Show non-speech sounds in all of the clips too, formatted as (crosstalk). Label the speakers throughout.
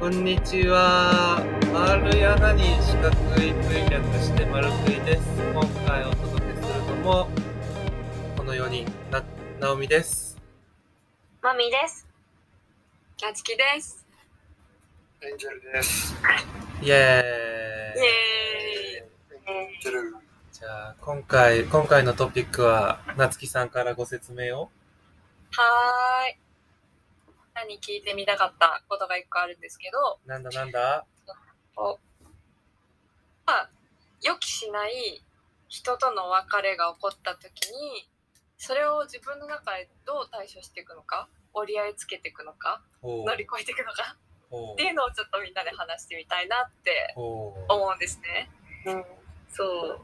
Speaker 1: こんにちは。丸やなに四角い V 略して丸くいです。今回お届けするのも、この4人、な、なおみです。
Speaker 2: マミです。なつきです。
Speaker 3: エンジェルです。
Speaker 1: イエー
Speaker 2: イ
Speaker 1: イ。
Speaker 2: エーイ。
Speaker 3: エンジェル。
Speaker 1: じゃあ、今回、今回のトピックは、なつきさんからご説明を。
Speaker 2: はーい。何聞いてみたかったことが一個あるんですけど、
Speaker 1: なんだなんだ
Speaker 2: まあ、予期しない人との別れが起こった時に、それを自分の中でどう対処していくのか、折り合いつけていくのか、
Speaker 1: おう
Speaker 2: 乗り越えていくのか
Speaker 1: おう
Speaker 2: っていうのをちょっとみんなで話してみたいなって
Speaker 1: おう
Speaker 2: 思うんですね。
Speaker 3: うん。
Speaker 2: そう。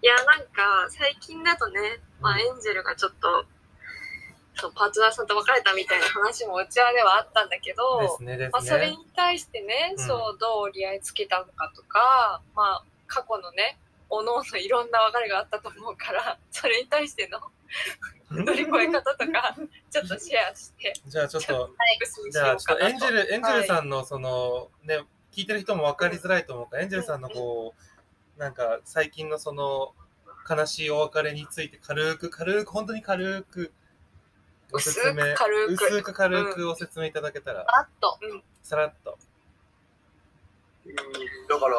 Speaker 2: いや、なんか、最近だとね、まあ、エンジェルがちょっと、そう、パートナーさんと別れたみたいな話もうちわではあったんだけ
Speaker 1: です
Speaker 2: ど、
Speaker 1: ねで
Speaker 2: まあ、
Speaker 1: す
Speaker 2: それ
Speaker 1: ね
Speaker 2: に。対してね、
Speaker 1: うん
Speaker 2: そう、どう折り合いつけたのかとか、まあ、過去のね、おのおのいろんな別れがあったと思うから、 (laughs) それに対しての乗り越え方とか、ちょっとシェアして、
Speaker 1: (laughs) じゃあちょっと、
Speaker 2: 結びし
Speaker 1: じゃ
Speaker 2: よ
Speaker 1: あ
Speaker 2: う
Speaker 1: ちょ
Speaker 2: か
Speaker 1: っとエ
Speaker 2: な
Speaker 1: ン
Speaker 2: と
Speaker 1: ジェ。ル、エンジェルさんのその、ね、聞いてる人も分かりづらいと思うから、エンジェルさんのこう、なんか最近のその、悲しいお別れについて軽く、軽く、本当に軽く、ご説明、
Speaker 2: 薄く軽く
Speaker 1: 薄く軽くお説明いただけたら、
Speaker 2: あっと、うん、
Speaker 1: さらっと。
Speaker 3: だから、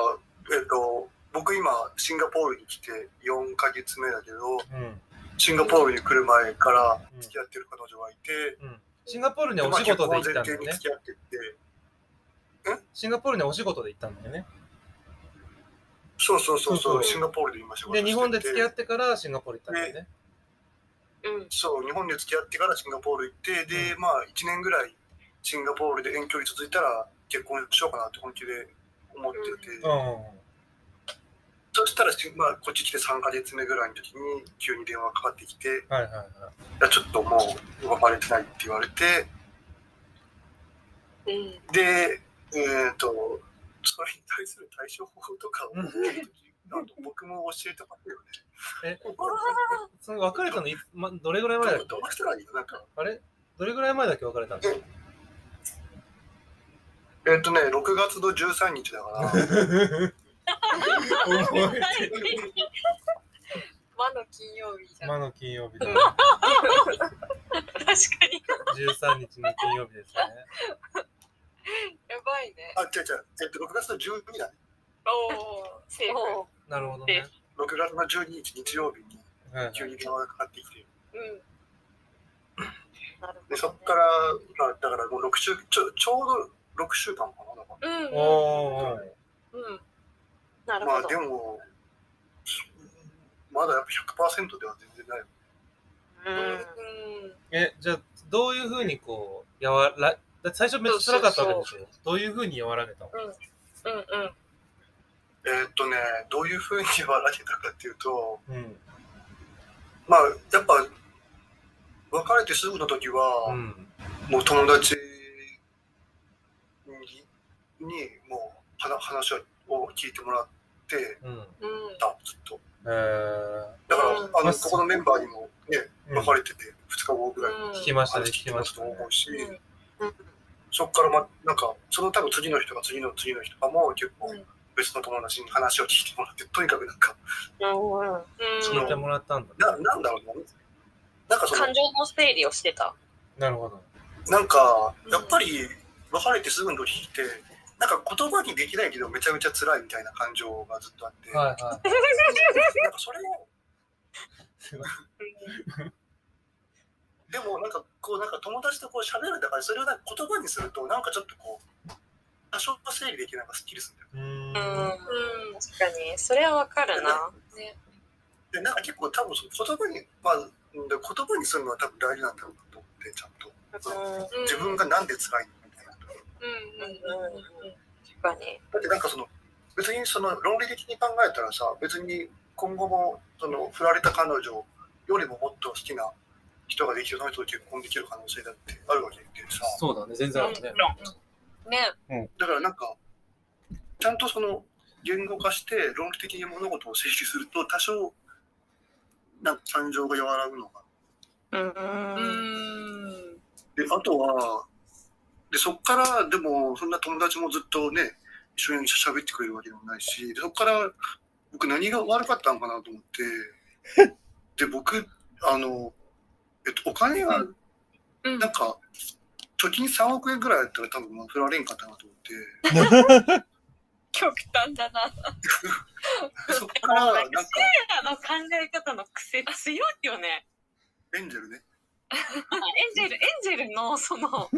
Speaker 3: えっ、と、僕今、シンガポールに来て4ヶ月目だけど、
Speaker 1: うん。うん
Speaker 3: シンガポールに来る前から付き合ってる彼女がいて、
Speaker 1: うんシンガポールにはお
Speaker 3: まあ
Speaker 1: 仕事で行っ
Speaker 3: 結
Speaker 1: たんだ
Speaker 3: 婚
Speaker 1: よ
Speaker 3: 前提に
Speaker 1: ね。
Speaker 3: 付き合ってて、
Speaker 1: シンガポールにはお仕事で行ったんだよね。
Speaker 3: そうそうそう
Speaker 1: そうそ
Speaker 3: そうう、シンガポールで今仕事
Speaker 1: で、日本で
Speaker 3: して
Speaker 1: 付
Speaker 3: て
Speaker 1: き合ってからシンガポール行ったんだよね。
Speaker 2: うん、
Speaker 3: そう、日本で付き合ってからシンガポール行って、で、まあ1年ぐらいシンガポールで遠距離続いたら結婚しようかなって本気で思ってて、
Speaker 1: うん。
Speaker 3: そしたら、まあ、こっち来て3ヶ月目ぐらいの時に急に電話かかってきて、
Speaker 1: はいはいはい。
Speaker 3: いやちょっともう別れてないって言われて
Speaker 2: うん、
Speaker 3: でえっ、とそれに対する対処法とかを
Speaker 1: うん
Speaker 3: なんと僕も教えてもらったよ
Speaker 1: え。
Speaker 3: ね
Speaker 1: その別れたのいつ、ま、どれぐらい前だっけ
Speaker 3: どうしたらいいのなんか
Speaker 1: あれどれぐらい前だっけ別れ
Speaker 2: (laughs)
Speaker 1: たんですか
Speaker 3: えっ、とね6月の13日だから
Speaker 1: 覚えてる。
Speaker 2: 魔の金曜日じゃん。
Speaker 1: 今の金曜日だ。 (laughs)
Speaker 2: 確かに。
Speaker 1: 13日の金曜日ですね。
Speaker 2: やばいね。
Speaker 3: あ違う違う、えっと6月の12日だね
Speaker 2: おお、セーフ。
Speaker 1: なるほどね。
Speaker 3: 6月の12日日曜日に
Speaker 1: はいはい
Speaker 3: 急に電話がかかってきて
Speaker 2: うん。なるほどね
Speaker 3: でそっから今だからもう6週ちょちょうど6週間かなだか
Speaker 2: う
Speaker 3: ら
Speaker 2: んうん。
Speaker 1: おーおー
Speaker 2: うん。
Speaker 4: なる
Speaker 3: ま
Speaker 4: ほ
Speaker 3: あ
Speaker 4: ど。
Speaker 3: でもまだやっぱ100%では全然ない
Speaker 2: う
Speaker 4: うん
Speaker 2: ん。
Speaker 1: え、じゃあ、どういうふうにこう、やわら、だって最初めっちゃ辛かったわけでしょどういうふうに和らげたの
Speaker 2: うんうん。
Speaker 3: えーっとね、どういうふうに笑ってたかっていうと、
Speaker 1: うん。
Speaker 3: まあ、やっぱ、別れてすぐの時
Speaker 1: う
Speaker 3: は、
Speaker 1: ん。
Speaker 3: もう友達に、にもう話話を聞いてもらって
Speaker 1: うん。
Speaker 2: うん。
Speaker 3: た、ずっと。
Speaker 1: えー
Speaker 3: だから、
Speaker 2: うん
Speaker 3: あ
Speaker 1: まあ
Speaker 3: の、ここのメンバーにもね、
Speaker 1: うん
Speaker 3: 別れてて、2日後ぐらいに
Speaker 1: 聞きましたね、聞
Speaker 3: 話
Speaker 1: き
Speaker 3: 聞いて
Speaker 1: ま
Speaker 3: た
Speaker 1: した
Speaker 3: と
Speaker 1: ね。
Speaker 3: 思うし、
Speaker 2: うん
Speaker 3: そっから、ま、なんか、その多分次の人が次の次の人がもう結構
Speaker 2: うん
Speaker 3: 別の友達に話を聞いてもらって、とにかくなんか、
Speaker 4: うんうん
Speaker 2: う
Speaker 1: 聞
Speaker 2: ん
Speaker 1: いてもらったんだ
Speaker 3: な
Speaker 1: ね。
Speaker 3: なんだろうな、なんかその
Speaker 4: 感、情の整理をしてた。
Speaker 1: なるほど。
Speaker 3: なんか、やっぱり別れてすぐの時って、なんか言葉にできないけど、めちゃめちゃ辛いみたいな感情がずっとあって、
Speaker 1: はいはい。
Speaker 3: なんかそれを、でもなんかこう、なんか友達とこう喋るんだから、それをなんか言葉にすると、なんかちょっとこう、多少整理できないのがすっきりするんだよ。
Speaker 1: うーん。
Speaker 4: うん。
Speaker 1: は
Speaker 2: う
Speaker 4: 確かに、それはわかるな。
Speaker 2: ん。ね。
Speaker 3: で、なんか結構多分その言葉に、まあ、うんで言葉にするのは多分大事なんだろうなと思って、ちゃんと。
Speaker 4: うん。
Speaker 2: うん
Speaker 3: 自分。がなんで辛いのみたいな。
Speaker 2: うんうんうんうん。
Speaker 4: 確かに。
Speaker 3: だってなんかその別にその論理的に考えたらさ別に今後もその振られた彼女よりももっと好きな人ができるその人と結婚できる可能性だってあるわけでさ
Speaker 1: そうだね、全然あるね。
Speaker 2: ね。
Speaker 3: だからなんかちゃんとその言語化して論理的に物事を整理すると多少なんか感情が和らぐのが
Speaker 4: うん
Speaker 2: うん。
Speaker 3: であとはでで、そっから、でも、そんな友達もずっとね、一緒に喋ってくれるわけでもないし、でそっから、僕何が悪かったのかなと思って、で、 (laughs) 僕、あの、えっと、お金が、
Speaker 2: うん
Speaker 3: なんか、貯金3億円ぐらいあったら多分、まあ、振られんかったなと思って、
Speaker 2: 極端だな。
Speaker 3: でそっから、
Speaker 4: (laughs)
Speaker 3: なんか、
Speaker 4: あの考え方の癖強いよね。
Speaker 3: エンジェルね、
Speaker 4: エンジェル、エンジェルのその考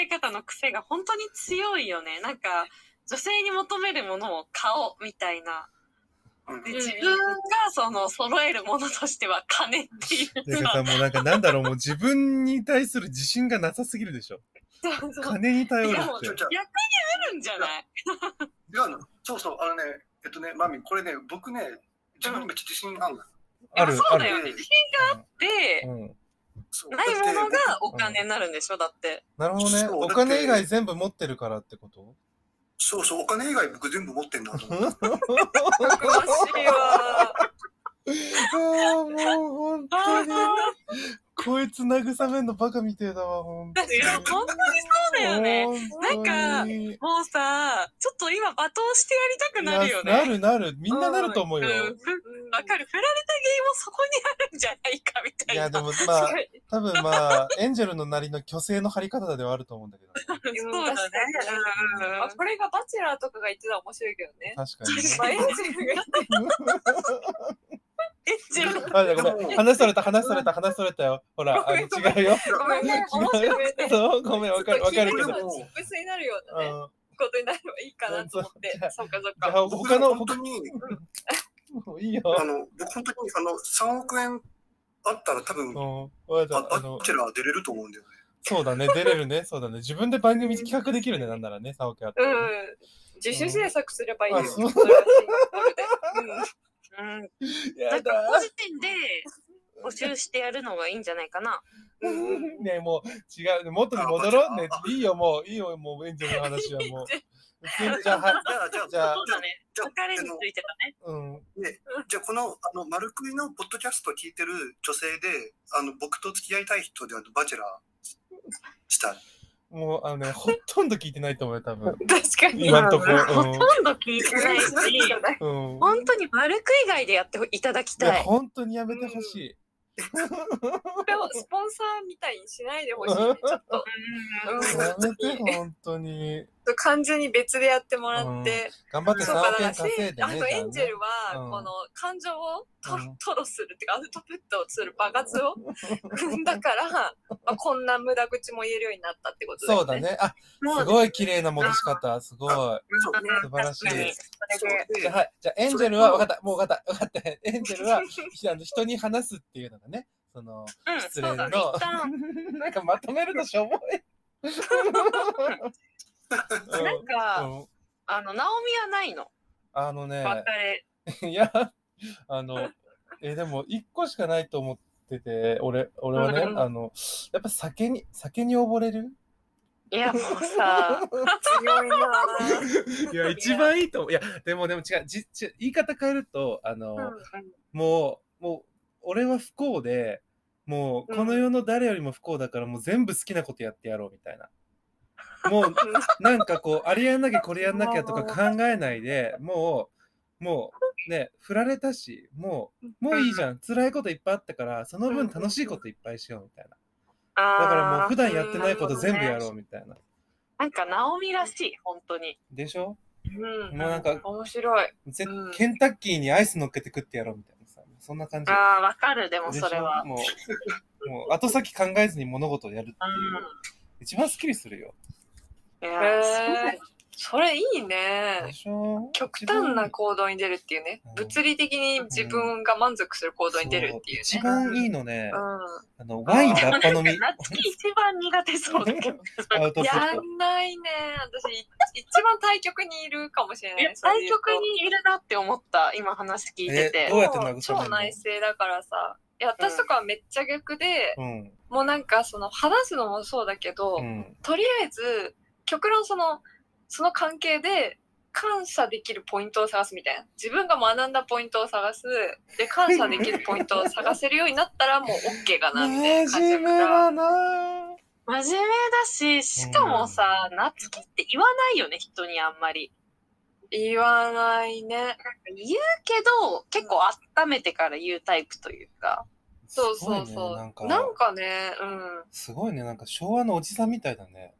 Speaker 4: え方の癖が本当に強いよね。なんか女性に求めるものを買おうみたいな。
Speaker 3: うん
Speaker 4: で
Speaker 2: うん
Speaker 4: 自分がその揃えるものとしては金っていう
Speaker 1: で
Speaker 4: の
Speaker 1: か
Speaker 4: は。
Speaker 1: さ、もうなんかなんだろう、もう自分に対する自信がなさすぎるでしょ。
Speaker 2: そうそう
Speaker 1: 金に頼る
Speaker 4: い
Speaker 1: っ
Speaker 4: やも
Speaker 3: ちょ、
Speaker 1: て。
Speaker 3: ちょ、
Speaker 4: あるんじゃない
Speaker 3: 違うのそうそう、あのね、えっとね、マミ、これね、僕ね、自分にめっちゃ自信があるのよ。
Speaker 1: ある
Speaker 4: いや、そ
Speaker 1: あ
Speaker 4: うだよ
Speaker 1: る。
Speaker 4: ね
Speaker 3: うん
Speaker 4: 自信で
Speaker 1: う、ん。
Speaker 3: そう
Speaker 4: ないもの
Speaker 3: だって
Speaker 4: がお金になるんでしょだって。
Speaker 1: なるほどね。
Speaker 3: そう
Speaker 1: お
Speaker 3: だって
Speaker 1: 金以外全部持ってるからってこと
Speaker 3: そうそう、お金以外僕全部持ってんなと思って。
Speaker 4: 詳しいわ。
Speaker 1: ああ、もう本当に。こいつ慰めんのバカみてえだわ、本当に。
Speaker 4: いや本当にそうだよね。
Speaker 1: 本当に
Speaker 4: なんかもうさ、ちょっと今罵倒してやりたくなるよ
Speaker 1: いや
Speaker 4: ね。
Speaker 1: なるなる。みんななると思うよ。
Speaker 4: んふわかる。振られた原因もそこにあるんじゃないかみた
Speaker 1: い
Speaker 4: いな。
Speaker 1: や、でもまあ
Speaker 4: すごい、
Speaker 1: 多分まあ、エンジェルのなりの虚勢の張り方ではあると思うんだけど。
Speaker 4: そうだね。うん
Speaker 2: あこれがバチェラーとかが言ってたら面白いけどね。
Speaker 1: 確かに
Speaker 2: (laughs)
Speaker 1: ね。
Speaker 2: まあ、エンジェルが
Speaker 4: エンジェル
Speaker 1: あ、じゃあごめん。話された、話された、話されたよ。ほら、あの違うよ。
Speaker 2: ごめんね、面白くて。
Speaker 1: そう、ごめん、わかる、わかるけど。
Speaker 2: ちょっと聞いてるのがチップスになるようなね、ことになればいいかなと思って
Speaker 1: うんじゃ。あ
Speaker 2: そうかそう
Speaker 1: じゃ
Speaker 2: か。
Speaker 1: あ、
Speaker 3: 僕他
Speaker 1: 他
Speaker 3: の
Speaker 1: の、
Speaker 3: 本当
Speaker 1: 他
Speaker 3: に、
Speaker 1: の、いいよ。
Speaker 3: あの、僕本当に、あの、3億円あったら多分、
Speaker 1: う
Speaker 3: あ
Speaker 1: ん。わかった
Speaker 3: バ
Speaker 1: あの
Speaker 3: ッ、チェラー出れると思うんだよね。
Speaker 1: そうだね、出れるね、そうだね。自分で番組企画できるね、なんならね、沢木あった
Speaker 2: う
Speaker 1: ら
Speaker 2: ん
Speaker 1: ね。。
Speaker 2: 自主制作すればいいよ。
Speaker 1: あそう
Speaker 2: それらしいところで
Speaker 4: うんな
Speaker 1: や
Speaker 4: んか
Speaker 1: だ
Speaker 4: 個人で募集してやるのがいいんじゃないかな。
Speaker 1: ねもう違うね、元に戻ろうね。いいよ、もう、いいよ、もう、エンジェルの話はもう。普通にじゃあ、はい。
Speaker 3: じゃあ、じゃあ、
Speaker 1: じゃあ
Speaker 4: そうだね。
Speaker 3: じゃあ、
Speaker 4: 疲れに
Speaker 3: あの
Speaker 4: ついてだね。
Speaker 1: うん。
Speaker 3: じゃあこの、あの、丸食いのポッドキャスト聞いてる女性で、あの、僕と付き合いたい人であるバチェラーしたい。
Speaker 1: もう、あのね、ほとんど聞いてないと思うよ、多分。
Speaker 2: 確かに。
Speaker 1: 今んとこ
Speaker 4: ほとんど聞いてないし、
Speaker 1: うん。うん。
Speaker 4: 本当に丸く以外でやっていただき
Speaker 1: い
Speaker 4: た
Speaker 1: や、
Speaker 4: い。
Speaker 1: 本当にやめてほしい。
Speaker 2: これをスポンサーみたいにしないでほしいね。ちょっと
Speaker 4: うん
Speaker 2: うん
Speaker 1: やめて、本当に。
Speaker 2: 完全に別でやってもらって。
Speaker 1: 頑張って
Speaker 2: そうか
Speaker 1: 3億
Speaker 2: だから
Speaker 1: 円
Speaker 2: せい
Speaker 1: 稼いでね。
Speaker 2: あとエンジェルは
Speaker 1: うん
Speaker 2: この感情をト
Speaker 1: うん
Speaker 2: ロトロするっていうかアウトプットをする爆発をだ
Speaker 1: (laughs)
Speaker 2: から、まあ、こんな無駄口も言えるようになったってことだよね。
Speaker 1: そうだね。あ、
Speaker 4: も
Speaker 1: す
Speaker 4: う
Speaker 1: ごい綺麗な戻し方。すごい。
Speaker 3: そう
Speaker 4: うん
Speaker 1: 素晴らしい
Speaker 4: 確かにそれで
Speaker 1: じゃあ、はい。じゃあ、エンジェルは、わかった。もうわかった。わかった。エンジェルは、ひあの人に話すっていうのがね、そ
Speaker 4: (laughs)
Speaker 1: の、
Speaker 4: うん、
Speaker 1: 失
Speaker 4: そ
Speaker 1: 礼
Speaker 4: うだ
Speaker 1: の、
Speaker 4: ね。一旦、
Speaker 1: なんかまとめるとしょ
Speaker 4: (laughs)
Speaker 1: ぼい。うん
Speaker 4: なんか、
Speaker 1: うん
Speaker 4: あの、ナオミはないの。
Speaker 1: あのね、
Speaker 4: 別れ。
Speaker 1: いや、あの、え、でも、一個しかないと思ってて、俺、俺はね、
Speaker 4: うん
Speaker 1: あの、やっぱ酒に、酒に溺れる
Speaker 4: いや、もう (laughs) さ、
Speaker 2: 強いなぁ。
Speaker 1: いや、一番いいと思う。いや、でも、でも違う。じち言い方変えると、あの、もう、もう、俺は不幸で、もう、この世の誰よりも不幸だから、もう全部好きなことやってやろうみたいな。も (laughs) う、なんかこう、あれやんなきゃ、これやんなきゃとか考えないで、もう、もう、ね、振られたし、もう、もういいじゃん。辛いこといっぱいあったから、その分楽しいこといっぱいしようみたいな。だからもう、普段やってないこと全部やろうみたいな。
Speaker 4: なんか、ナオミらしい、本当に。
Speaker 1: でしょ
Speaker 2: うん
Speaker 1: もうなんか、
Speaker 2: 面白い。
Speaker 1: ぜ
Speaker 2: うん
Speaker 1: ケンタッキーにアイス乗っけて食ってやろうみたいなさ、そんな感じ。
Speaker 4: ああ、わかる、でも
Speaker 1: で
Speaker 4: それは
Speaker 1: しょ。もう、もう後先考えずに物事をやるっていう
Speaker 4: うん。。
Speaker 1: 一番スッキリするよ。
Speaker 4: い
Speaker 2: へ
Speaker 4: やーそうだ
Speaker 2: え
Speaker 4: よ
Speaker 2: それいい
Speaker 1: で
Speaker 2: ね。
Speaker 1: しょ
Speaker 2: 極端な行動に出るっていうね
Speaker 1: うん。
Speaker 2: 物理的に自分が満足する行動に出るっていう
Speaker 1: そう一
Speaker 2: ね。
Speaker 1: 番いいのね
Speaker 2: う、
Speaker 1: あの、ワインラッパ
Speaker 2: (laughs)
Speaker 1: 飲み、
Speaker 4: 夏希一番苦手そうだ
Speaker 1: (laughs)
Speaker 4: けど。
Speaker 1: アウト
Speaker 2: ん。
Speaker 1: プ
Speaker 2: や
Speaker 1: ッ
Speaker 2: んないね。私、い (laughs) 一番対極にいるかもしれないい
Speaker 4: や。
Speaker 2: そう
Speaker 4: 対
Speaker 2: いう
Speaker 4: 局にいるなって思った、今話聞いて
Speaker 1: え
Speaker 4: て
Speaker 1: ど。うやって慰め
Speaker 2: も
Speaker 1: るの
Speaker 2: う超内省だからさ。いや、私とかはめっちゃ逆で、
Speaker 1: ト。うん。
Speaker 2: もうなんかその話すのもそうだけど、
Speaker 1: うん。
Speaker 2: とりあえず極論そのその関係で感謝できるポイントを探すみたいな自分が学んだポイントを探すで
Speaker 1: (laughs)
Speaker 2: 感謝できるポイントを探せるようになったらもう OK かなみたい
Speaker 1: 真
Speaker 2: な感じだ
Speaker 1: 面目
Speaker 2: から
Speaker 1: だなぁ
Speaker 4: 真面目だし、しかもさ、夏希って言わないよね、人にあんまり。
Speaker 2: 言わないね。
Speaker 4: 言うけど、結構温めてから言うタイプというか。
Speaker 2: そうそう
Speaker 1: すごい
Speaker 2: そ
Speaker 1: ね、なん
Speaker 2: う。
Speaker 1: か
Speaker 2: なんかね、うん。
Speaker 1: すごいねなんか昭和のおじさんみたいだ
Speaker 2: (laughs)
Speaker 1: ね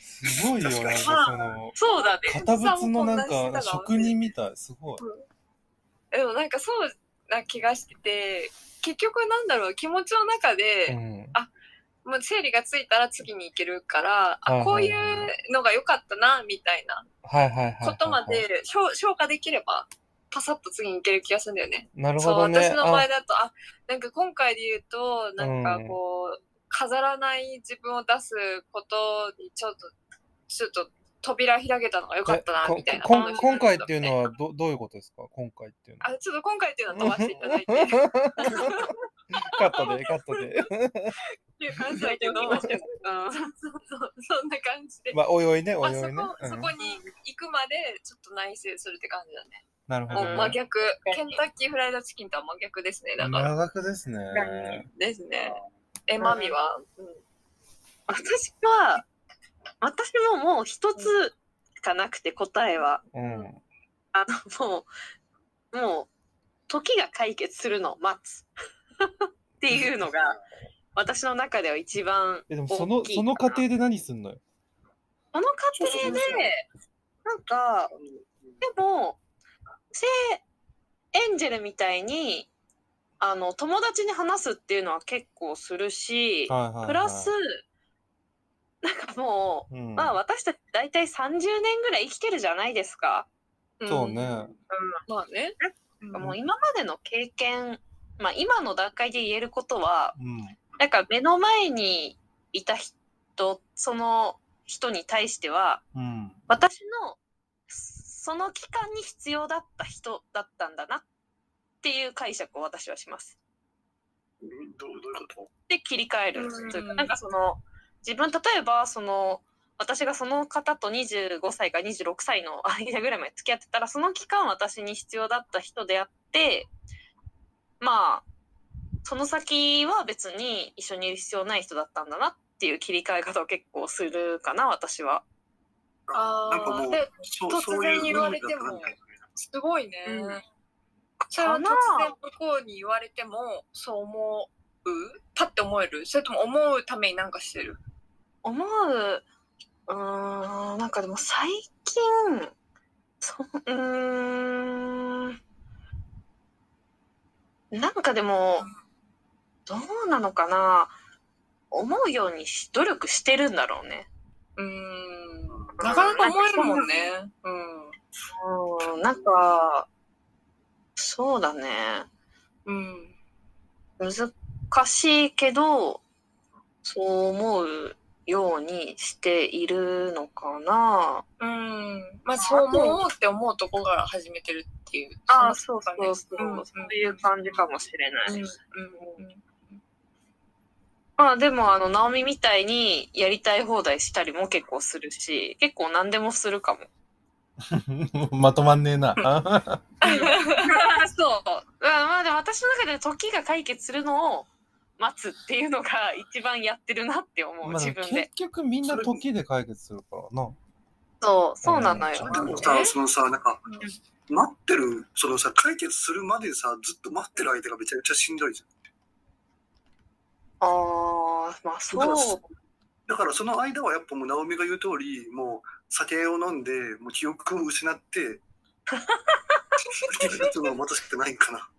Speaker 1: すごいよなんかその
Speaker 4: そうだね。
Speaker 1: 堅物のなん
Speaker 2: おじさんもこ
Speaker 1: か
Speaker 2: んな人だわ
Speaker 1: 職人みたいすごい
Speaker 2: でもなんかそうな気がしてて、結局なんだろう、気持ちの中
Speaker 1: う
Speaker 2: で、
Speaker 1: ん
Speaker 2: もう整理がついたら次に行けるから、
Speaker 1: はいはいは
Speaker 2: あ、
Speaker 1: い
Speaker 2: こういうのが良かったな、みたいな
Speaker 1: はいはいはいはいはい
Speaker 2: ことまで消消化できれば、パサッと次に行ける気がするんだよね。
Speaker 1: なる
Speaker 2: そ
Speaker 1: ほ
Speaker 2: う、
Speaker 1: どね
Speaker 2: 私の場合だと、あ、なんか今回で言うと、なんかこう、飾らない自分を出すことにちょっと、ちょっと扉開けたのが良かったな、みたいな。
Speaker 1: こん
Speaker 2: あの
Speaker 1: 今回っていうの
Speaker 2: は、
Speaker 1: はどどういうことですか今回っていうのは
Speaker 2: あ、ちょっと今回っていうのは飛ばしていただいて、っ
Speaker 1: カットでカットで (laughs)
Speaker 2: ていう感じだけど、そうそうそう、そんな感じで。
Speaker 1: まあおいおいねお
Speaker 2: まあ、
Speaker 1: い
Speaker 2: そ
Speaker 1: おいね、
Speaker 2: こ、
Speaker 1: うん
Speaker 2: そこに行くまで、ちょっと内省するって感じだね。
Speaker 1: なるほ
Speaker 2: も
Speaker 1: ど、
Speaker 2: う
Speaker 1: ね、
Speaker 2: 真逆。ケンタッキーフライドチキンとは真逆ですね。だから。
Speaker 1: 長くですね。
Speaker 2: ですね。え、マミは、うん、
Speaker 4: 私は、私ももう一つしかなくて答えは、
Speaker 1: うん。
Speaker 4: あの、もう、もう、時が解決するのを待つ。 (laughs) っていうのが、私の中では一番
Speaker 1: え
Speaker 4: 大きい
Speaker 1: でもそのその過
Speaker 4: かな
Speaker 1: 程で何すんのよ。
Speaker 4: この過程で、なんか、でも、せ、エンジェルみたいに、あの、友達に話すっていうのは結構するし、
Speaker 1: はいはいはい。
Speaker 4: プラス、なんかも
Speaker 1: う
Speaker 4: う、
Speaker 1: ん、
Speaker 4: まあ私たち大体30年ぐらい生きてるじゃないですか。
Speaker 1: そうね。
Speaker 2: まあね。
Speaker 4: もう今までの経験、まあ今の段階で言えることは、
Speaker 1: うん。
Speaker 4: なんか目の前にいた人、その人に対しては、
Speaker 1: うん。 (laughs)
Speaker 4: 私のその期間に必要だった人だったんだなっていう解釈を私はします。
Speaker 3: うんどうどういうこと
Speaker 4: で切り替える
Speaker 2: うん
Speaker 4: というか、なんかその自分例えばその私がその方と25歳か26歳の間ぐらいまで付き合ってたらその期間私に必要だった人であってまあその先は別に一緒にいる必要ない人だったんだなっていう切り替え方を結構するかな私は。
Speaker 2: あ
Speaker 3: なんかも
Speaker 2: あ、
Speaker 3: う
Speaker 2: で、
Speaker 3: そ
Speaker 2: 突
Speaker 3: う
Speaker 2: 然
Speaker 3: そういう
Speaker 2: 言われても
Speaker 3: 運命だったんだよね
Speaker 2: すごいね。
Speaker 4: うん
Speaker 2: それは突
Speaker 4: かな
Speaker 2: 然向こうに言われても、そう思うパッて思えるそれとも思うためになんかしてる
Speaker 4: 思う、うーん、なんかでも最近、そう、うーん、なんかでも、どうなのかな思うようにし努力してるんだろうね。
Speaker 2: うーん。なかなか思えるもんね。うん。
Speaker 4: うん、なんか、そうだね。
Speaker 2: うん。
Speaker 4: 難しいけど、そう思うようにしているのかな。
Speaker 2: うん。まあ、そう思おうって思うとこから始めてるっていう。
Speaker 4: ああ、
Speaker 2: そ
Speaker 4: そうそうそう、
Speaker 2: うん
Speaker 4: そういう感じかもしれない。
Speaker 2: のうん。うん。
Speaker 4: まあでも、あの、ナオミみたいにやりたい放題したりも結構するし、結構何でもするかも。
Speaker 1: まとまんねえな。あ
Speaker 4: そう。まあでも私の中で時が解決するのを待つっていうのが一番やってるなって思
Speaker 1: (laughs)
Speaker 4: う、
Speaker 1: まあ
Speaker 4: 自
Speaker 1: でも結
Speaker 4: 分で。
Speaker 1: 局みんな時で解決するからな。
Speaker 4: そう、そうなのよ。
Speaker 1: うん
Speaker 3: でもさ、そのさ、なんか、待ってる、そのさ、解決するまでさ、ずっと待ってる相手がめちゃめちゃしんどいじゃん。
Speaker 4: ああ、まあそう。
Speaker 3: だからその間はやっぱもう、ナオミが言う通り、もう、酒を飲んで、もう記憶を
Speaker 1: (laughs)
Speaker 3: 失って、解決するのを待たしかないんかな。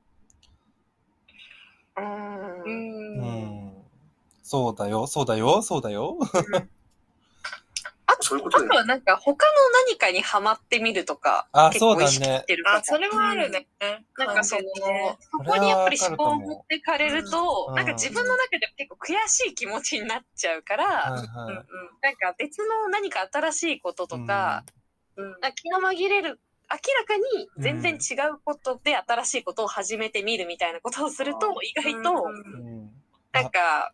Speaker 4: う。
Speaker 2: うん。
Speaker 1: うんん。そうだよ、そうだよ、そうだよ。
Speaker 3: そういうこ
Speaker 4: あ
Speaker 3: とだ
Speaker 4: と
Speaker 3: よ。
Speaker 4: はなんか他の何かにハマってみるとか、
Speaker 1: あ、
Speaker 4: 結
Speaker 1: そう
Speaker 4: 構
Speaker 1: だ
Speaker 4: 意識
Speaker 1: ね
Speaker 4: し。てるかも
Speaker 2: あ、それはあるね。
Speaker 4: なんかその、そ
Speaker 1: こ
Speaker 4: こ
Speaker 1: に
Speaker 4: に
Speaker 1: やっ
Speaker 4: やっ
Speaker 1: ぱ
Speaker 4: ぱ
Speaker 1: り
Speaker 4: り
Speaker 1: 思
Speaker 4: 思
Speaker 1: 考
Speaker 4: 考
Speaker 1: を
Speaker 4: を
Speaker 1: 持
Speaker 4: 持
Speaker 1: っ
Speaker 4: ってかれると、
Speaker 1: うん
Speaker 4: なんか自分の中でも結構悔しい気持ちになっちゃうから、
Speaker 1: はい
Speaker 2: うん
Speaker 1: は
Speaker 4: なんか別の何か新しいこと
Speaker 1: い。
Speaker 4: とか、
Speaker 2: うん。うん
Speaker 4: なんか気の紛れる、明らかに全然違うことで新しいことを始めてみるみたいなことをすると、意外と、
Speaker 1: うん。うん
Speaker 4: なんか、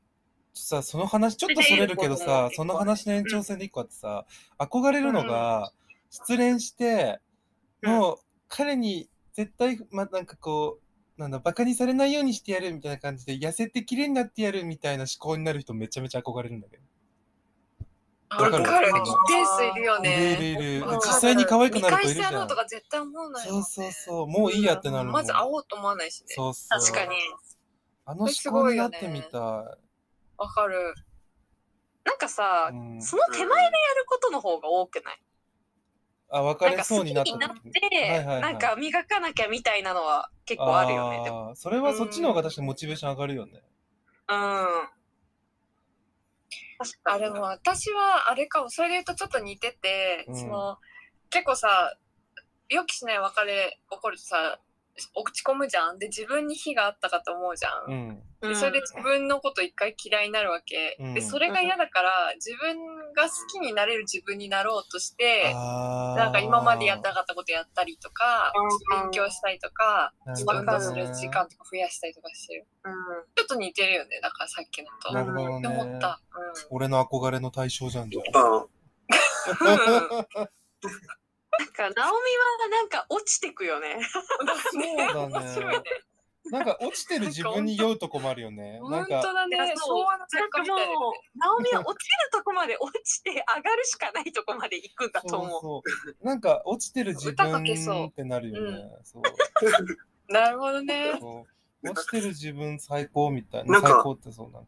Speaker 1: さその話ちょっとそれるけどさその話の延長線で一個あってさ、憧れるのが失恋して、
Speaker 4: うん
Speaker 1: もう彼に絶対まなんかこうなんだ、バカにされないようにしてやるみたいな感じで、痩せて綺麗になってやるみたいな思考になる人めちゃめちゃ憧れるんだけど。
Speaker 2: あわかる。一定数いるよ
Speaker 1: いる
Speaker 2: ね。
Speaker 1: いるいる
Speaker 2: わか。
Speaker 1: 実
Speaker 2: る
Speaker 1: 際に可愛くなる子い
Speaker 2: 見
Speaker 1: るじ
Speaker 2: 返してやろ
Speaker 1: ゃ
Speaker 2: うんと。か絶対思わないも
Speaker 1: そ
Speaker 2: ん
Speaker 1: うそうそう。もういいやってなるもん。
Speaker 2: まず会おうと思わないしね。
Speaker 1: そうそう。
Speaker 4: 確かに。
Speaker 1: あの思考になってみた
Speaker 2: わかる。
Speaker 4: なんかさ
Speaker 1: い。う、ん、
Speaker 4: その手前でやることの方が多くない
Speaker 1: あ、別
Speaker 4: なん
Speaker 1: れ
Speaker 4: か
Speaker 1: そう
Speaker 4: 好
Speaker 1: に
Speaker 4: きに
Speaker 1: な
Speaker 4: な
Speaker 1: っ
Speaker 4: ったて
Speaker 1: 時、はいはいはい
Speaker 4: なんか磨かなきゃみたいなのは結構あるよね。でも
Speaker 1: あーそれはそっちの方が確かにモチベーション上がるよね。
Speaker 4: うん。確か
Speaker 2: あ
Speaker 4: に。
Speaker 2: れも私はあれかもそれで言うとちょっと似てて、
Speaker 1: うん
Speaker 2: その結構さ予期しない別れ起こるとさ落ち込むじゃんで自分に火があったかと思うじゃん、
Speaker 1: うん。
Speaker 4: う
Speaker 2: で
Speaker 4: ん、
Speaker 2: それで自分のこと一回嫌いになるわけ、
Speaker 1: うん
Speaker 2: でそれが嫌だから自分が好きになれる自分になろうとして
Speaker 1: あー
Speaker 2: なんか今までやったかったことやったりとか
Speaker 4: うん
Speaker 2: 勉強したりとか
Speaker 1: なる
Speaker 2: 自
Speaker 1: ほど
Speaker 2: 分
Speaker 1: ね
Speaker 2: とする時間とか増やしたりとかしてるちょっと似てるよねだからさっきのと
Speaker 1: なるほど
Speaker 2: って
Speaker 1: ね。
Speaker 2: 思った、
Speaker 1: 俺の憧れの対象じゃんじゃん。
Speaker 3: うん。
Speaker 4: なんか、ナオミはなんか落ちてくよ (laughs) ね。
Speaker 1: そうだね。なんか落ちてる自分に酔うとこもあるよ
Speaker 2: (laughs)
Speaker 1: ね。
Speaker 2: うん、
Speaker 1: なん
Speaker 2: 本当
Speaker 1: か、
Speaker 2: だね
Speaker 4: いやそう
Speaker 2: 昭和の
Speaker 4: な
Speaker 2: 作
Speaker 4: ん
Speaker 2: 家
Speaker 4: か
Speaker 2: み
Speaker 4: も
Speaker 2: たいな
Speaker 4: う、ナオミは落ちるとこまで落ちて上がるしかないとこまで行くんだと思う。
Speaker 1: そうそう。なんか落ちてる自
Speaker 2: 歌かけそう
Speaker 1: 分ってなるよね。そう
Speaker 2: なるほどね。
Speaker 1: そう。落ちてる自分最高みたいな。
Speaker 3: なんか
Speaker 1: 最高ってそう、なん
Speaker 3: う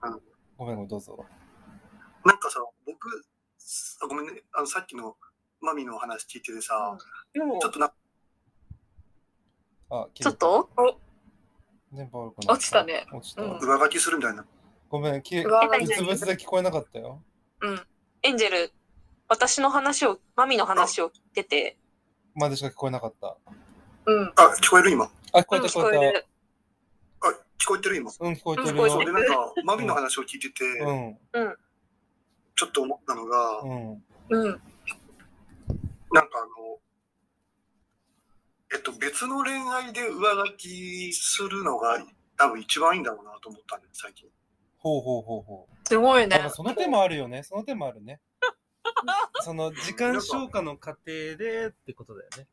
Speaker 1: か。ごめんごめん、どうぞ。
Speaker 3: なんかさ、僕、あごめんね、あのさっきのマミの話聞いててさ、
Speaker 4: もう
Speaker 3: ちょっとなんか、
Speaker 1: あ、
Speaker 4: ちょっと
Speaker 1: 電波悪くな
Speaker 2: 落ちたね。
Speaker 1: 落ちた。
Speaker 2: うん
Speaker 3: 上書きするみたいな。
Speaker 1: ごめん、きう
Speaker 2: 上書
Speaker 4: き
Speaker 1: つぶつで聞こえなかったよ。
Speaker 4: エンジェル、私の話を、マミの話を聞いてて、
Speaker 1: までしか聞こえなかった。
Speaker 2: うん。
Speaker 3: あ、聞こえる今。あ、
Speaker 1: あ、聞こ
Speaker 4: う
Speaker 1: え
Speaker 4: ん
Speaker 1: た聞
Speaker 4: 聞
Speaker 1: こ
Speaker 4: こ
Speaker 1: えた
Speaker 4: え。る。
Speaker 3: 聞こえてる今。
Speaker 1: うん、聞こえてる
Speaker 4: うん聞
Speaker 3: そう
Speaker 1: よ
Speaker 4: こ
Speaker 3: で、。なんか、マミの話を聞いてて、
Speaker 1: うん、
Speaker 3: ちょっと思ったのが、
Speaker 1: うん、
Speaker 2: うん。
Speaker 3: なんかあの、えっと、別の恋愛で上書きするのが多分一番いいんだろうなと思ったんで、最近。
Speaker 1: ほうほうほうほう。
Speaker 2: すごい
Speaker 1: だか
Speaker 2: ね。
Speaker 1: その手もあるよね、その手もある (laughs) ね。その時間消化の過程でってことだよね。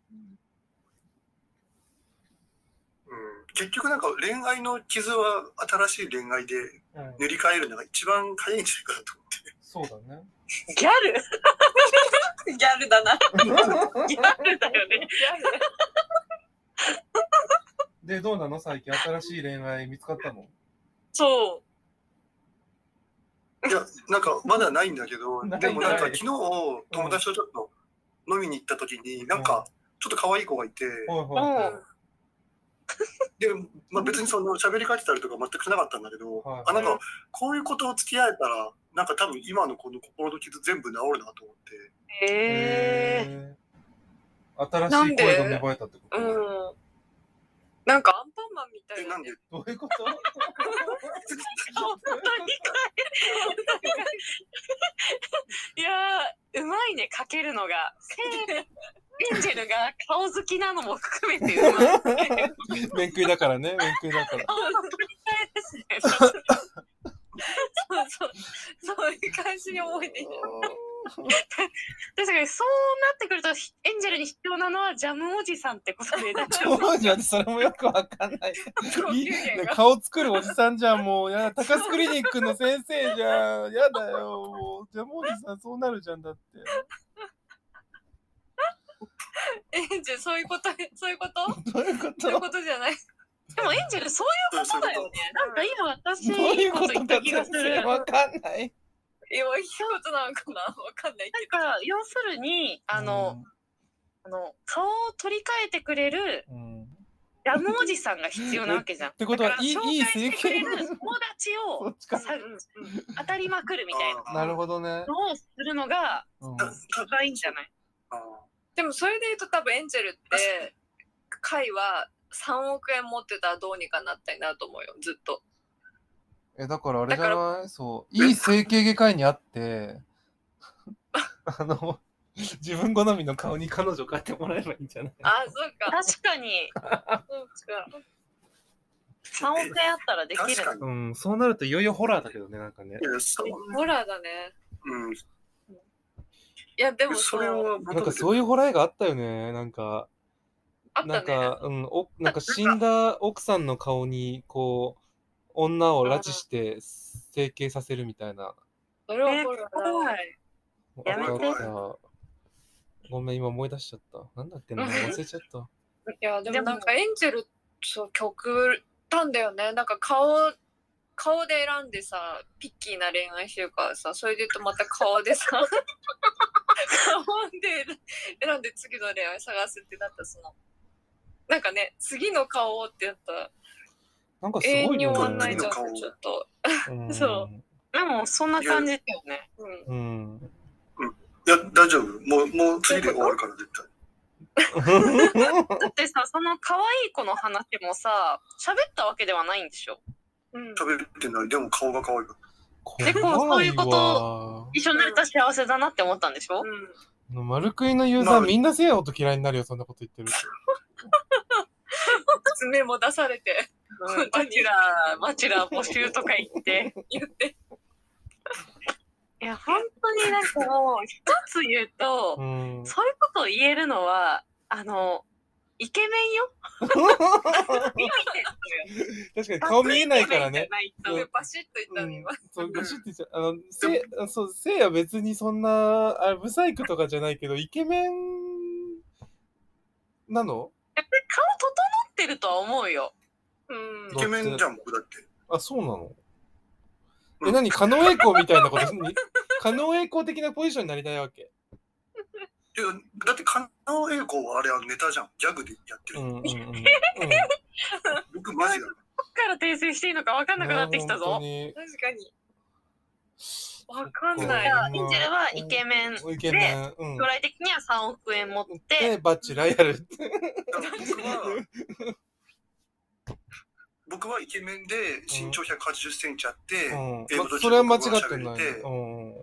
Speaker 3: うん、結局なんか恋愛の傷は新しい恋愛で
Speaker 1: うん、
Speaker 3: 塗り替えるのが一番早いんじゃないかなと
Speaker 1: (laughs)
Speaker 3: 思って。
Speaker 1: そうだね。
Speaker 4: ギャル (laughs) ギャルだな。 (laughs) ギャルだよね。
Speaker 1: で、どうなの最近新しい恋愛見つかったの
Speaker 4: そう。
Speaker 3: いや、なんかまだないんだけど、
Speaker 1: (laughs) ない
Speaker 3: でもなんか
Speaker 1: ない
Speaker 3: 昨日友達とちょっと飲みに行った時に、なんかちょっと可愛い子がいて、
Speaker 1: ほいほいほい。
Speaker 3: で、まあ、別にその喋りかけたりとか全くしなかったんだけど、
Speaker 1: はい
Speaker 3: あなんかこういうことを付き合えたら、なんか多分今のこの心の傷全部治るなと思って。
Speaker 4: へえ。
Speaker 1: へー新しい声が芽生えたってこと
Speaker 2: うん
Speaker 1: ど。
Speaker 2: なんかアンパンマンみたい
Speaker 3: え、
Speaker 2: な
Speaker 3: なん
Speaker 2: ね
Speaker 3: で。
Speaker 1: ういうこと
Speaker 4: 本当にいやー、うまいね、かけるのが。エンジェルが顔好きなのも含めてう (laughs) まい。
Speaker 1: 面食いだからね、面食いだから。
Speaker 4: 顔好きですね。
Speaker 2: そうそう。そういう感じに思えてきた。
Speaker 4: 確かにそうなってくると、エンジェルに必要なのはジャムおじさんってことで、なんか
Speaker 1: そうじゃん、それもよくわかんない。
Speaker 2: そう
Speaker 1: いい
Speaker 2: 幽霊が
Speaker 1: ね顔作るおじさんじゃん、もう。やだ、高須クリニックの先生じゃん。やだよ、もう。じゃあ、もうおじさん、そうなるじゃんだって。
Speaker 2: エンジェル、そういうこと、そういうこと
Speaker 1: どういうこ
Speaker 2: そういう
Speaker 1: と
Speaker 2: ことじゃない。
Speaker 4: でもエンジェルそういうことだよね。なんか今私、
Speaker 1: どういうこと
Speaker 4: 言っ
Speaker 1: だ
Speaker 4: た
Speaker 1: って
Speaker 4: 気がする。
Speaker 1: わかんない。
Speaker 2: いや、いいことなのかなわかんないけ
Speaker 4: だから、要するに、あの、あの顔を取り替えてくれる
Speaker 1: うん、うん。っ
Speaker 4: ジャムおじさんが必要なわけ
Speaker 1: (laughs)
Speaker 4: じゃん。
Speaker 1: てこと
Speaker 4: だか
Speaker 1: は
Speaker 4: ら、
Speaker 1: いい、
Speaker 4: 紹
Speaker 1: いい
Speaker 4: 介
Speaker 1: 整
Speaker 4: してくれ
Speaker 1: 形
Speaker 4: る。友達
Speaker 1: そ
Speaker 4: を
Speaker 1: っちか。
Speaker 4: さ当たりまくるみたいな
Speaker 3: あー
Speaker 1: なるほどね。
Speaker 4: のをするのが
Speaker 1: うん
Speaker 4: 一番いいんじゃない
Speaker 3: あー
Speaker 2: でもそれで言うと多分エンジェルって、会は3億円持ってたらどうにかなったりなると思うよ、ずっと。
Speaker 1: え、だからあれじゃないそう。いい整形外科医に会って、 (laughs) あの、自分好みの顔に彼女を変えてもらえばいいんじゃない
Speaker 2: あ、そうか。
Speaker 4: 確かに
Speaker 2: そうか。
Speaker 4: 3億円あったらでき
Speaker 3: 確
Speaker 4: る
Speaker 3: かに。
Speaker 1: うん、そうなるといよいよホラーだけどね、なんかね
Speaker 3: い。やそう
Speaker 2: ホラーだね。
Speaker 3: うん、
Speaker 2: いや、でも
Speaker 3: それは
Speaker 2: う
Speaker 3: 僕
Speaker 1: なんかそういうホラー映画あったよね、なんか。
Speaker 2: あっ
Speaker 1: な
Speaker 2: た
Speaker 1: ん
Speaker 2: ね
Speaker 1: か、うん、おなんか死んだ奥さんの顔にこう女を拉致して整形させるみたいな。
Speaker 2: それは怒るな
Speaker 4: はい。
Speaker 3: やめて
Speaker 1: あったあったごめん今思い出しちゃった。なんだっけな忘れちゃった。
Speaker 2: いやで
Speaker 4: で
Speaker 2: も
Speaker 4: も
Speaker 2: なんかエンジェルそう曲たんだよねなんか顔顔で選んでさピッキーな恋愛してるからさそれで言うとまた顔でさ顔で選んで次の恋愛探すってなったそのなんかね次の顔をってやった
Speaker 1: なんかす
Speaker 2: 永遠
Speaker 1: ごい
Speaker 2: に
Speaker 1: よ
Speaker 2: 終わんな
Speaker 1: ね
Speaker 2: いじゃん
Speaker 3: 次の顔
Speaker 2: ちょっと
Speaker 1: うん
Speaker 4: そでも、そんな感じだよね。
Speaker 2: うん
Speaker 1: うん。
Speaker 3: いや、大丈夫。もう、もう次で終わるから、絶対。
Speaker 4: だってさ、その可愛い子の話もさ、喋ったわけではないんでしょ。
Speaker 2: うん
Speaker 3: 食べてない。でも顔が可愛いか
Speaker 4: でこうそういうこと一緒になれた幸せだなって思ったんでしょ、
Speaker 2: うん
Speaker 1: と。丸食いのユーザーみんなせいや音嫌いになるよそんなこと言ってると。
Speaker 2: 爪も出されて
Speaker 4: うん、マチュラー、マチュラー募集とか言って。
Speaker 2: (laughs) 言って
Speaker 4: いや、本当になんかもう、一つ言うと、
Speaker 1: うん。
Speaker 4: そういうことを言えるのは、あの、イケメンよ。
Speaker 1: (laughs) 確かに顔見えないからね。
Speaker 4: そう
Speaker 1: うん
Speaker 2: バシッと言ったの今、
Speaker 1: そうガシッてじゃあのせあそうせいや別にそんなあブサイクとかじゃないけどイケメンなの
Speaker 4: やっぱり顔整ってるとは思うよ。
Speaker 2: うん
Speaker 3: ら。イケメンじゃん、僕だって。
Speaker 1: あそうなの
Speaker 3: うん
Speaker 1: え何狩野英孝みたいなことに狩野英孝的なポジションになりたいわけ
Speaker 3: いやだって、カナエイコはあれはネタじゃん。ギャグでやってる。
Speaker 1: うんうんうん、うん、
Speaker 3: 僕マジだ。
Speaker 4: どっから訂正していいのか分かんなくなってきた
Speaker 1: 本当
Speaker 4: ぞ。
Speaker 1: に
Speaker 2: 確かにわかん
Speaker 1: 当に
Speaker 2: ない
Speaker 4: じゃあ、
Speaker 1: うん
Speaker 4: インジェルはイケメン。
Speaker 1: イケメンうん
Speaker 4: 将来的には3億円持って、
Speaker 1: でバッチラやる
Speaker 3: だから僕は、僕はイケメンで身長180センチあって、
Speaker 1: うん
Speaker 3: 英語と
Speaker 1: まそれは間違って
Speaker 3: 中国語
Speaker 1: な
Speaker 3: が
Speaker 1: い
Speaker 3: 喋れて
Speaker 1: うん
Speaker 3: うん。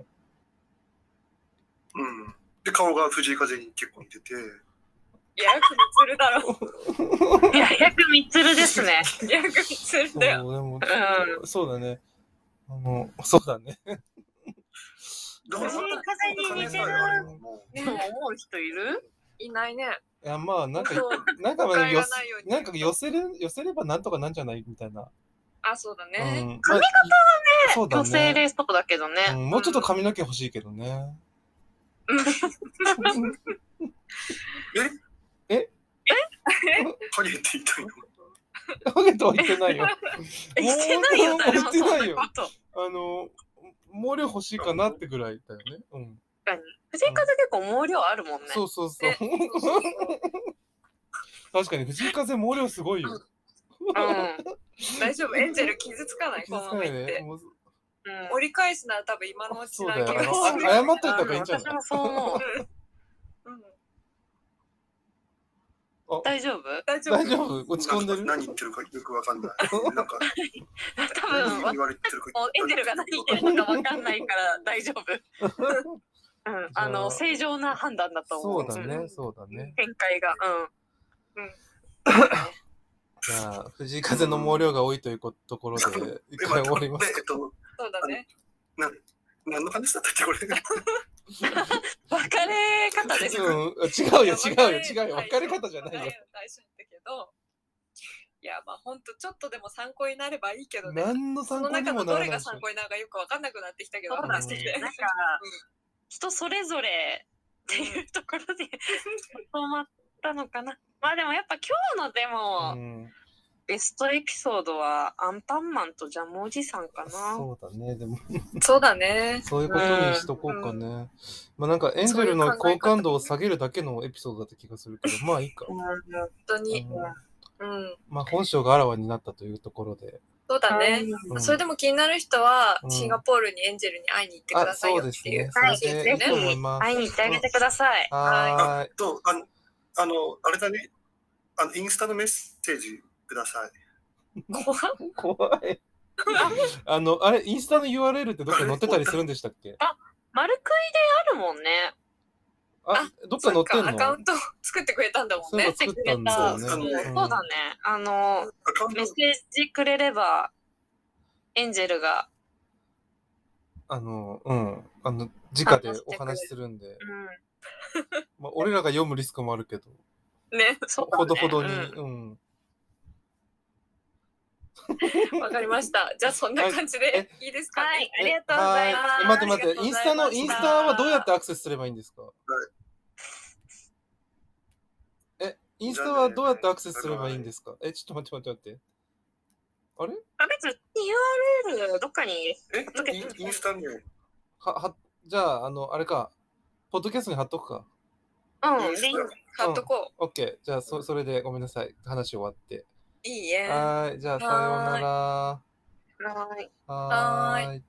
Speaker 3: で、顔が藤井風に結構似てて、
Speaker 2: いやよく見つるだろ
Speaker 4: いや、約みつるですね。
Speaker 2: うよく見つる
Speaker 1: そう
Speaker 2: だ
Speaker 1: で
Speaker 2: よ
Speaker 1: も
Speaker 4: う
Speaker 1: そうだねあのそうだね
Speaker 3: だから
Speaker 4: 藤井風に似てる
Speaker 3: もう
Speaker 2: ね
Speaker 4: そう思う人いる
Speaker 2: いないね
Speaker 1: いやまあなん
Speaker 2: (laughs)
Speaker 1: か
Speaker 2: そう
Speaker 1: なんかま
Speaker 2: 誤
Speaker 1: あ
Speaker 2: 解
Speaker 1: 寄
Speaker 2: が
Speaker 1: せ
Speaker 2: ないように
Speaker 1: なんか寄せる寄せればなんとかなんじゃないみたいな。
Speaker 2: あそうだね、
Speaker 1: うん、髪型はね、そうだ
Speaker 4: 女性
Speaker 1: ね
Speaker 4: レースとかだけどね。
Speaker 1: うん。もうちょっと髪の毛欲しいけどね。
Speaker 3: ハゲって言いたいの。
Speaker 1: ハゲとは言ってないよ。も
Speaker 4: えしてないよ、誰も
Speaker 1: 言っ
Speaker 4: そ
Speaker 1: て
Speaker 4: ん
Speaker 1: な
Speaker 4: ない
Speaker 1: よ
Speaker 4: こ。と。
Speaker 1: あの毛量欲しいかなってぐらいだよね。うん。
Speaker 4: 藤井風結構毛量あるもんね。
Speaker 1: そうそうそう
Speaker 2: ね。そうそうそう
Speaker 1: 確かに藤井風毛量すごいよ。
Speaker 4: うん。うん。
Speaker 2: 大丈夫エンジェル傷つかないこ
Speaker 1: 気
Speaker 2: の
Speaker 1: づ
Speaker 2: ま
Speaker 1: か
Speaker 2: ま
Speaker 1: ない
Speaker 2: 言って、
Speaker 1: もう
Speaker 2: 折り返すなら多分今のうち
Speaker 1: そう
Speaker 2: な
Speaker 1: だよ。
Speaker 2: 気が
Speaker 1: あの
Speaker 2: する
Speaker 1: 謝っといた方がいいんじゃ
Speaker 4: 私
Speaker 1: ない
Speaker 4: もそう思
Speaker 2: うんう
Speaker 4: う。
Speaker 2: ん
Speaker 1: あ
Speaker 4: 大丈夫
Speaker 2: 大丈夫
Speaker 1: 大丈夫落ち込んでる
Speaker 3: 何言ってるかよくわか
Speaker 1: (laughs)
Speaker 3: んない。なんか、
Speaker 4: 多分、
Speaker 3: 何
Speaker 4: わ
Speaker 3: 言われてるか。
Speaker 4: もうエンジェルが何言ってるのか分かんないから大丈夫。うん。あの、正常な判断だ
Speaker 1: そ
Speaker 4: と思
Speaker 1: う
Speaker 4: う。
Speaker 1: だ
Speaker 4: うん
Speaker 1: ね、そうだね。
Speaker 4: 展開が。
Speaker 1: じゃあ、藤井風の毛量が多いということころで、一回終わります。
Speaker 3: でえっと、
Speaker 2: そうだね
Speaker 3: 何の話だったっけ、これ。 (laughs)
Speaker 4: うん。別れ方です。
Speaker 1: (laughs) うん、違うよ、違うよ、違うよ。
Speaker 2: 別
Speaker 1: 別
Speaker 2: れ
Speaker 1: れ方じゃないよ。
Speaker 2: 最初に言ったけどいやまあほんとちょっとでも参考になればいいけどね
Speaker 1: 何の
Speaker 2: そ
Speaker 1: 参
Speaker 2: の
Speaker 1: 考に
Speaker 2: 中
Speaker 1: も
Speaker 2: の
Speaker 1: な
Speaker 2: ど
Speaker 1: らな
Speaker 2: れ
Speaker 1: い
Speaker 2: が
Speaker 1: でし
Speaker 2: 参考になるかよくわかんなくなってきたけど
Speaker 4: そう
Speaker 1: だ
Speaker 2: 話
Speaker 1: ね
Speaker 2: して
Speaker 4: なんか、人それぞれっていうところで止まったのかな。まあでもやっぱ今日ので
Speaker 1: ょ。
Speaker 4: も、
Speaker 1: うん
Speaker 4: ベストエピソードはアンパンマンとジャムおじさんかな。
Speaker 1: そうだね、でも、
Speaker 2: そうだね
Speaker 1: そういうことにしとこうかね。まあなんか、エンジェルの好感度を下げるだけのエピソードだった気がするけど、まあいいか。
Speaker 2: 本当に
Speaker 1: うん
Speaker 2: うん
Speaker 1: まあ本性があらわになったというところで。
Speaker 2: そうだね
Speaker 1: うん
Speaker 2: それでも気になる人は、
Speaker 1: うん
Speaker 2: シンガポールにエンジェルに会いに行ってく
Speaker 1: あ、
Speaker 2: ださい
Speaker 1: そう
Speaker 2: よっ
Speaker 1: で
Speaker 2: て
Speaker 1: す
Speaker 2: い
Speaker 1: ね
Speaker 2: う。。
Speaker 1: そ
Speaker 2: そう
Speaker 1: れ
Speaker 2: です
Speaker 1: でい
Speaker 2: ね
Speaker 1: いと思います。
Speaker 4: 会いに行ってあげてくださ (laughs) い。
Speaker 1: はーい。
Speaker 3: と、あの、あの、あれだね。あの、インスタのメッセージください。
Speaker 2: 怖っ
Speaker 1: 怖い。 (laughs) あの、あれ、インスタの URL ってどっかに載ってたりするんでしたっけ
Speaker 4: 丸食いであるもんね。
Speaker 1: あ、どっか載ってん
Speaker 2: そっかアカウ
Speaker 1: の
Speaker 2: ント作ってくれたんだもん
Speaker 1: そういえ
Speaker 2: ね
Speaker 1: ば作ったんだよね。
Speaker 3: そうです
Speaker 1: ん
Speaker 4: そうだね。あの、
Speaker 3: アカウン
Speaker 4: メッ
Speaker 3: ト
Speaker 4: セージくれれば、エンジェルが、
Speaker 1: あの、うん。あの、直でお話しするんで
Speaker 4: う。ん、
Speaker 1: まあ、俺らが読むリスクもあるけど。
Speaker 4: ね、そうだね
Speaker 1: ほどほどに。
Speaker 4: うん
Speaker 1: うん。
Speaker 2: わかりました。じゃあそんな感じでいいですかね。
Speaker 4: はい、ありがとうございま
Speaker 1: は
Speaker 4: す。
Speaker 1: え待って待って、
Speaker 2: あ
Speaker 1: イ
Speaker 2: り
Speaker 1: ンス
Speaker 2: がと
Speaker 1: タ
Speaker 2: うござい
Speaker 1: の、
Speaker 2: ました
Speaker 1: インスタはどうやってアクセスすればいいんですかえ、インスタはどうやってアクセスすればいいんですかえ、ちょっと待って待って待って。あれ
Speaker 4: あ別に URL どっかに
Speaker 3: え
Speaker 4: っとけ
Speaker 3: インインスタに、
Speaker 1: は、は、じゃあ、あの、あれか。ポッドキャストに貼っとくか。
Speaker 4: うん、
Speaker 3: インス
Speaker 4: でいい
Speaker 3: タ
Speaker 2: 貼っとこ
Speaker 1: オッケー。じゃあ、そ、それでごめんなさい。話終わって。
Speaker 2: う。いいえ。
Speaker 1: はーい。じゃあ、さようなら。
Speaker 4: はい
Speaker 1: はーい。